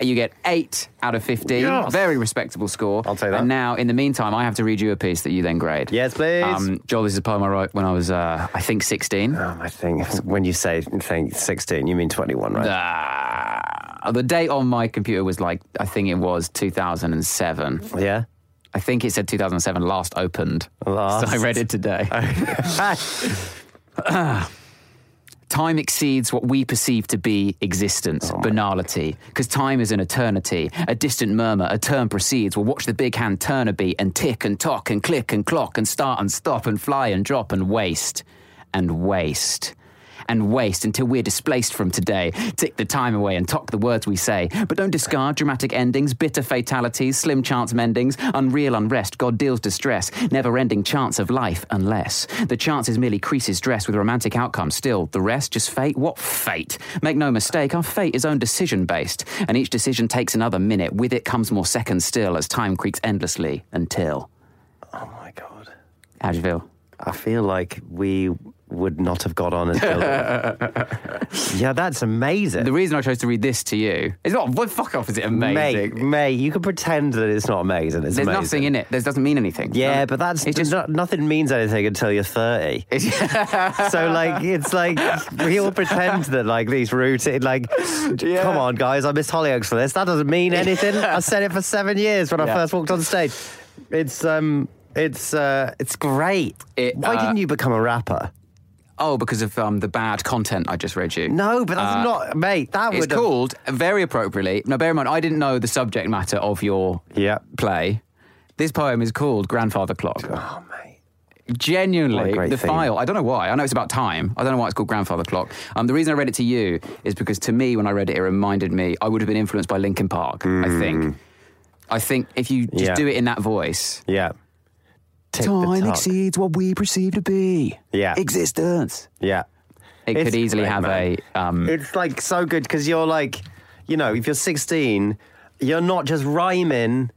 You get eight out of fifteen.
Yes.
Very respectable score.
I'll take that.
And now, in the meantime, I have to read you a piece that you then grade. Um,
Yes, please.
Joel, this is a poem I wrote when I was, uh, I think, sixteen.
Oh, my thing. is, When you say thing 16, you mean 21, right?
Ah, the date on my computer was like, I think it was 2007.
Yeah.
I think it said 2007 last opened.
Last.
So I read it today. time exceeds what we perceive to be existence, banality. Because time is an eternity. A distant murmur, a turn proceeds. We'll watch the big hand turn a beat and tick and tock and click and clock and start and stop and fly and drop and waste and waste. And waste until we're displaced from today. Tick the time away and tock the words we say. But don't discard dramatic endings, bitter fatalities, slim chance mendings, unreal unrest, God deals distress, never ending chance of life unless. The chance is merely creases dress with romantic outcome still. The rest just fate? What fate? Make no mistake, our fate is own decision based, and each decision takes another minute. With it comes more seconds still as time creaks endlessly until.
Oh, my God.
How do you feel?
I feel like we would not have got on until. yeah, that's amazing.
The reason I chose to read this to you is not. Well, fuck off, is it amazing?
Mate, mate, you can pretend that it's not amazing. It's
There's
amazing.
nothing in it. There doesn't mean anything.
Yeah, but that's
It's
it's
just-
just nothing means anything until you're 30. so like it's like we all pretend that like these routine like come on guys, I missed Hollyoaks for this. That doesn't mean anything. I said it for seven years when I
Yeah.
first walked on stage. It's um it's uh it's great.
It,
Why
uh,
didn't you become a rapper?
Oh, because of um, the bad content I just read you.
No, but that's not mate,
uh,
that
It's
would
called very appropriately. Now, bear in mind, I didn't know the subject matter of your
Yeah.
play. This poem is called Grandfather Clock.
Oh mate. What
Genuinely,
a great
the
theme.
file. I don't know why. I know it's about time. I don't know why it's called Grandfather Clock. Um, the reason I read it to you is because to me, when I read it, it reminded me I would have been influenced by Linkin Park. I think. I think if you just
Hmm. Yeah.
do it in that voice,
Yeah. Tick the
time
tock.
exceeds what we perceive to be.
Yeah.
existence.
Yeah.
It
It's
could easily
great,
have
man.
a. Um,
It's like so good because you're like, you know, if you're 16, you're not just rhyming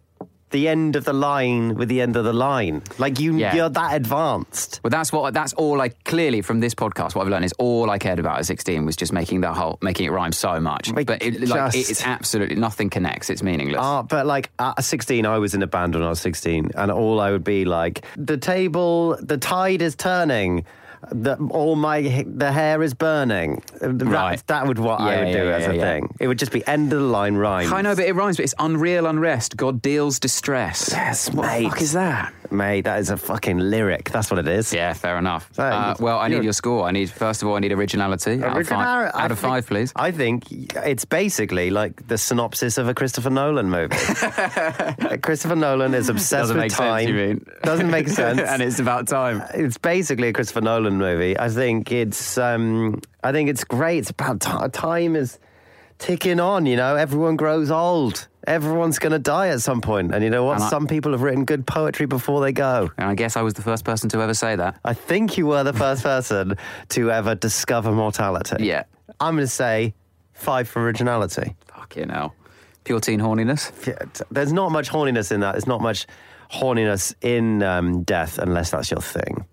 the end of the line with the end of the line. Like you,
Yeah.
you're that advanced.
Well, that's what that's all I clearly from this podcast. What I've learned is all I cared about at sixteen was just making that whole making it rhyme so much.
Make-
but it, like,
just-
it's absolutely nothing connects. It's meaningless.
Uh, but like at 16, I was in a band when I was 16, and all I would be like, the table, the tide is turning. The, all my h- the hair is burning. That,
Right.
that would what
Yeah,
I would do
yeah,
as
yeah,
a
yeah.
thing. It would just be end of the line rhyme.
I know, but it rhymes. But it's unreal unrest. God deals distress.
Yes,
what the
mate.
fuck is that?
mate, that is a fucking lyric. That's what it is.
Yeah, fair enough.
That
Uh,
is-
well, I need
you're-
your score. I need first of all, I need originality. out of
Original-
five,
I
out of
think-
five please.
I think it's basically like the synopsis of a Christopher Nolan movie. Christopher Nolan is obsessed
Doesn't
with
make
time.
sense. You mean
Doesn't make sense.
and it's about time.
it's basically a Christopher Nolan movie. I think it's um, I think it's great. It's about ti time is ticking on. You know, everyone grows old. Everyone's going to die at some point, and you know what?
And I-
some people have written good poetry before they go.
And I guess I was the first person to ever say that.
I think you were the first person to ever discover mortality.
Yeah.
I'm going to say five for originality.
Fucking hell. Pure teen horniness.
Yeah, t- There's not much horniness in that. There's not much horniness in um, death unless that's your thing.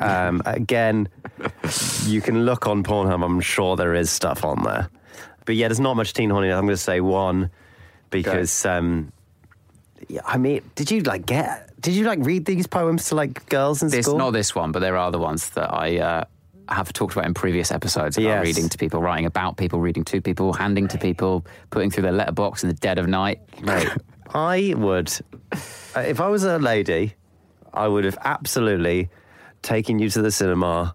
um, again, you can look on Pornhub. I'm sure there is stuff on there. But yeah, there's not much teen horniness. I'm going to say one because, um, yeah, I mean, did you like get, did you like read these poems to like girls in
This
school?
not this one, but there are the ones that I uh, have talked about in previous episodes about
Yes.
reading to people, writing about people, reading to people, handing to people, putting through their letterbox in the dead of night.
Mate, I would, uh, if I was a lady, I would have absolutely taken you to the cinema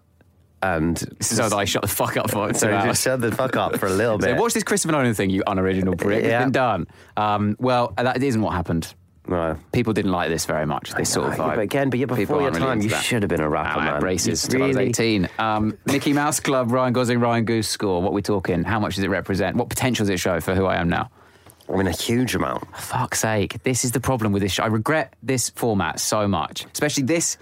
and
So that I shut the fuck up for two
so
hours.
just shut the fuck up for a little
So
bit.
watch this Christopher Nolan thing, you unoriginal prick.
Yeah.
It's been done. Um, well, that isn't what happened.
No.
People didn't like this very much. This sort of
Yeah,
vibe.
but again, but yeah, before
People aren't
your
really
time,
into
you
that.
should have been a rapper,
I
man.
had braces
You
till I
really-
was 18. Um, Mickey Mouse Club, Ryan Gosling, Ryan Goose score. What are we talking? How much does it represent? What potential does it show for who I am now?
I mean, a huge amount.
For fuck's sake, this is the problem with this show. I regret this format so much, especially this.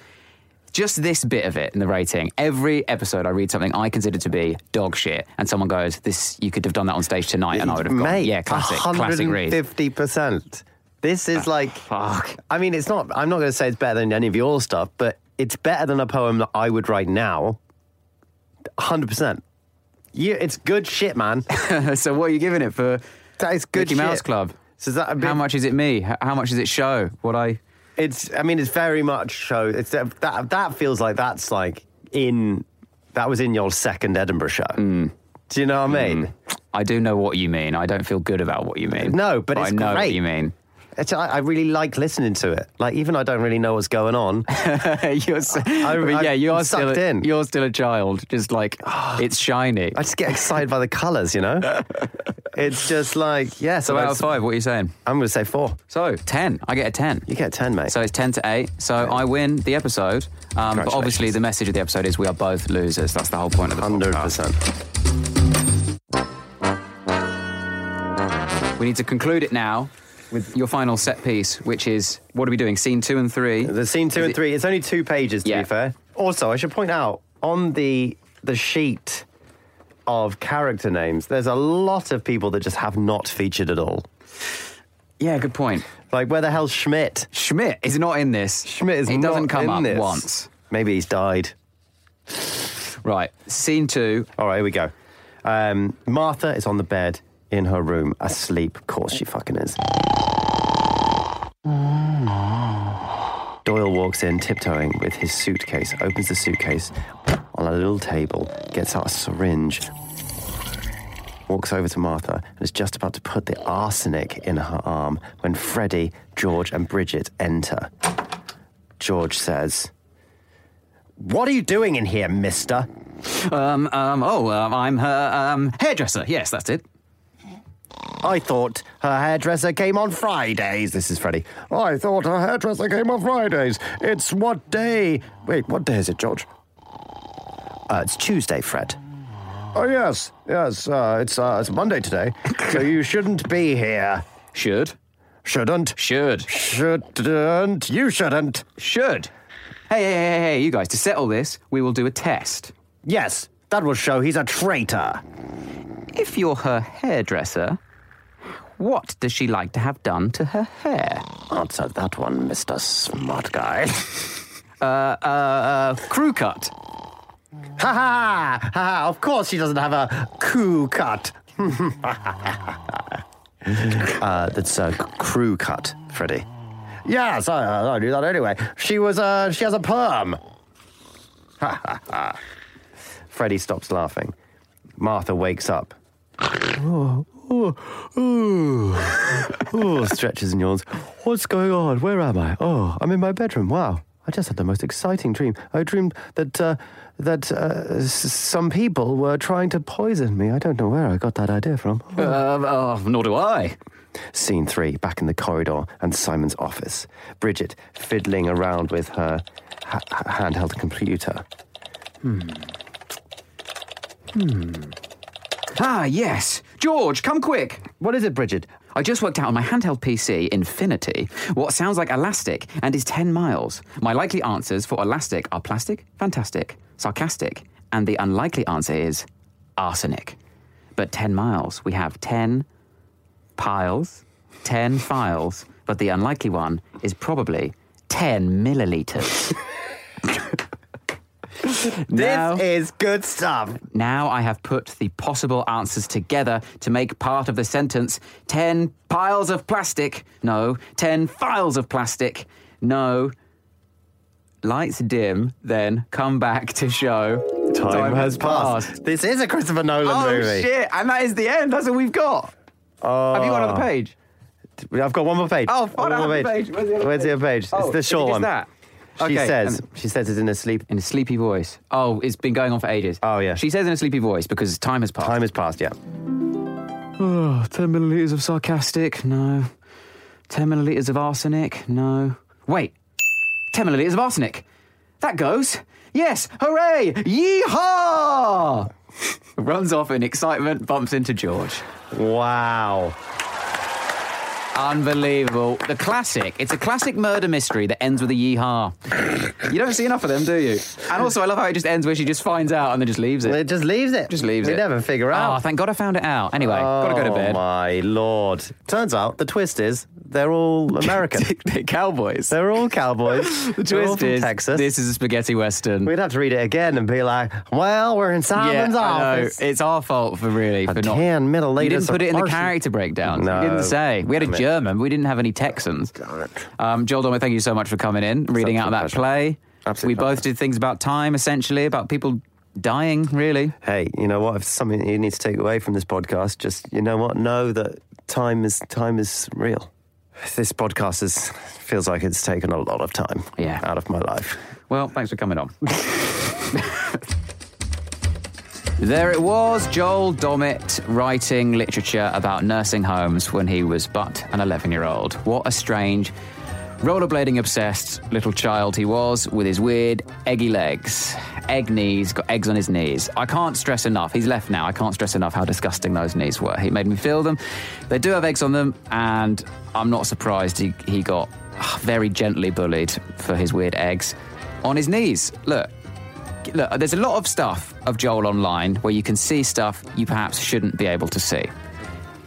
Just this bit of it in the rating. Every episode, I read something I consider to be dog shit, and someone goes, "This you could have done that on stage tonight," and I would have gone,
Mate,
"Yeah, classic, classic read."
150%. This is like,
fuck.
I mean, it's not, I'm not going to say it's better than any of your stuff, but it's better than a poem that I would write now. 100%. You, it's good shit, man.
so, what are you giving it for?
That is good
Mickey
shit.
Mouse Club.
So is that a bit,
How much is it me? H- How much does it show? What I
It's. I mean, it's very much show. It's that that, that feels like that's like in that was in your second Edinburgh show.
Hmm.
Do you know what I mean?
I do know what you mean. I don't feel good about what you mean.
No, but
I
it's
know what
great.
you mean.
It's, I, I really like listening to it. Like even I don't really know what's going on.
you're, s- I mean,
I-
yeah, you are still
sucked
a,
in.
You're still a child. Just like it's shiny.
I just get excited by the colours. You know, it's just like yeah. So
So out
that's-
of five, what are you saying?
I'm going to say four.
So ten. I get a ten.
You get ten, mate.
So it's ten to eight. So I win the episode. Um, but obviously,
Congratulations.
the message of the episode is we are both losers. That's the whole point of the
hundred
podcast.
percent.
We need to conclude it now with your final set piece, which is what are we doing? Scene two and three.
The scene two and three. It's only two pages, to
Yeah.
be fair. Also, I should point out on the the sheet of character names, there's a lot of people that just have not featured at all.
yeah, good point.
Like, where the hell's Schmidt?
Schmidt is not in this.
Schmidt is
He
not
doesn't come
in
up
this.
once.
Maybe he's died.
Right. Scene two.
All right, here we go. Um, Martha is on the bed in her room, asleep. Of course, she fucking is. Doyle walks in, tiptoeing with his suitcase, opens the suitcase on a little table, gets out a syringe, walks over to Martha, and is just about to put the arsenic in her arm when Freddie, George, and Bridget enter. George says, What are you doing in here, mister?
Um, um, oh, um, I'm her um, hairdresser. Yes, that's it.
I thought her hairdresser came on Fridays. This is Freddie. I thought her hairdresser came on Fridays. It's what day? Wait, what day is it, George? Uh, it's Tuesday, Fred. Oh, yes, yes. Uh, it's, uh, it's Monday today. so you shouldn't be here.
Should.
Shouldn't.
Should.
Shouldn't. You shouldn't.
Should. Hey, hey, hey, hey, you guys, to settle this, we will do a test.
Yes, that will show he's a traitor.
If you're her hairdresser, what does she like to have done to her hair?
Answer that one, Mr. Smart Guy.
Uh, uh, crew cut.
Ha ha! Ha ha! Of course she doesn't have a crew cut. uh, that's a crew cut, Freddie. Yes, I, I knew that anyway. She was, uh, she has a perm. Ha ha ha. Freddie stops laughing. Martha wakes up. Oh, stretches and yawns. What's going on? Where am I? Oh, I'm in my bedroom. Wow. I just had the most exciting dream. I dreamed that uh, that uh, s- some people were trying to poison me. I don't know where I got that idea from.
Um, oh, nor do I.
Scene three, back in the corridor and Simon's office. Bridget fiddling around with her ha- ha- handheld computer.
Ah, yes. George, come quick.
What is it, Bridget?
I just worked out on my handheld PC, Infinity, what sounds like elastic and is 10 miles. My likely answers for elastic are plastic, fantastic, sarcastic, and the unlikely answer is arsenic. But 10 miles, we have 10 piles, 10 files, but the unlikely one is probably 10 milliliters. Now-
is good stuff.
now I have put the possible answers together to make part of the sentence 10 piles of plastic. No, 10 files of plastic. No. Lights dim, then come back to show.
Time,
Time
has
has
passed.
passed.
This is a Christopher Nolan
Oh
movie.
shit! And that is the end. That's all we've got. Have you got another page?
I've got one more Oh. page.
Oh,
One
fine, I
more
have the page. Where's the other
Where's the other page?
Oh,
it's the
is it
short
just
one.
that?
She
Okay,
says.
and-
she says it in her sleep.
in a sleepy voice. Oh, it's been going on for ages.
Oh, yeah.
She says in a sleepy voice because time has passed.
Time has passed. Yeah.
Oh, 10 milliliters of sarcastic? No. 10 milliliters of arsenic? No. Wait, 10 milliliters of arsenic. That goes. Yes, hooray! Yeehaw! Runs off in excitement, bumps into George.
Wow.
Unbelievable. The classic. It's a classic murder mystery that ends with a yeehaw. You don't see enough of them, do you? And also, I love how it just ends where she just finds out and then just leaves it.
It just leaves it.
Just leaves
we
it.
never figure
Oh,
out.
thank God I found it out. Anyway, gotta go to
Oh,
bed.
my lord. Turns out the twist is they're all American.
They're Cowboys.
they're all cowboys.
the
They're all
twist
from
is
Texas.
this is a spaghetti western.
We'd have to read it again and be like, well, we're in Simon's
I know.
office.
It's our fault for really for not.
Damn, middle
You
lady.
didn't put it in the character breakdown.
No.
You didn't say. We had a
Damn it.
German. We didn't have any Texans. Um, Joel Domer, thank you so much for coming in, reading out
absolute
that
pleasure.
play.
Absolute
we both
pleasure.
did things about time, essentially, about people dying, really.
Hey, you know what? If something you need to take away from this podcast, just you know what? Know that time is time is real. This podcast is feels like it's taken a lot of time
Yeah.
out of my life.
Well, thanks for coming on. there it was, Joel Dommett writing literature about nursing homes when he was but an 11 year old. What a strange, rollerblading obsessed little child he was with his weird, eggy legs, egg knees, got eggs on his knees. I can't stress enough, he's left now, I can't stress enough how disgusting those knees were. He made me feel them. They do have eggs on them, and I'm not surprised he, he got ah, very gently bullied for his weird eggs on his knees. Look, look, there's a lot of stuff of Joel online where you can see stuff you perhaps shouldn't be able to see.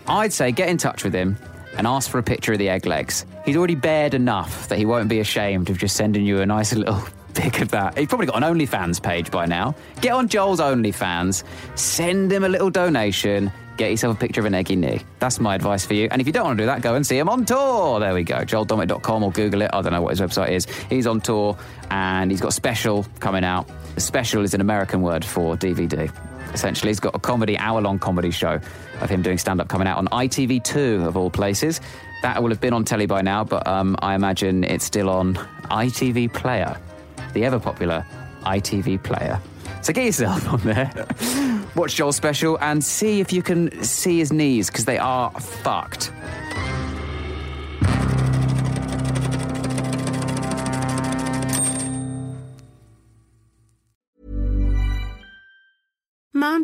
I'd say get in touch with him and ask for a picture of the egg legs. He's already bared enough that he won't be ashamed of just sending you a nice little pic of that. He's probably got an OnlyFans page by now. Get on Joel's OnlyFans, send him a little donation, get yourself a picture of an eggy knee. That's my advice for you. And if you don't want to do that, go and see him on tour. There we go. JoelDomic.com or Google it. I don't know what his website is. He's on tour and he's got special coming out. Special is an American word for DVD essentially. He's got a comedy, hour long comedy show of him doing stand up coming out on ITV2, of all places. That will have been on telly by now, but um, I imagine it's still on ITV Player, the ever popular ITV Player. So get yourself on there, watch Joel's special, and see if you can see his knees, because they are fucked.
Mom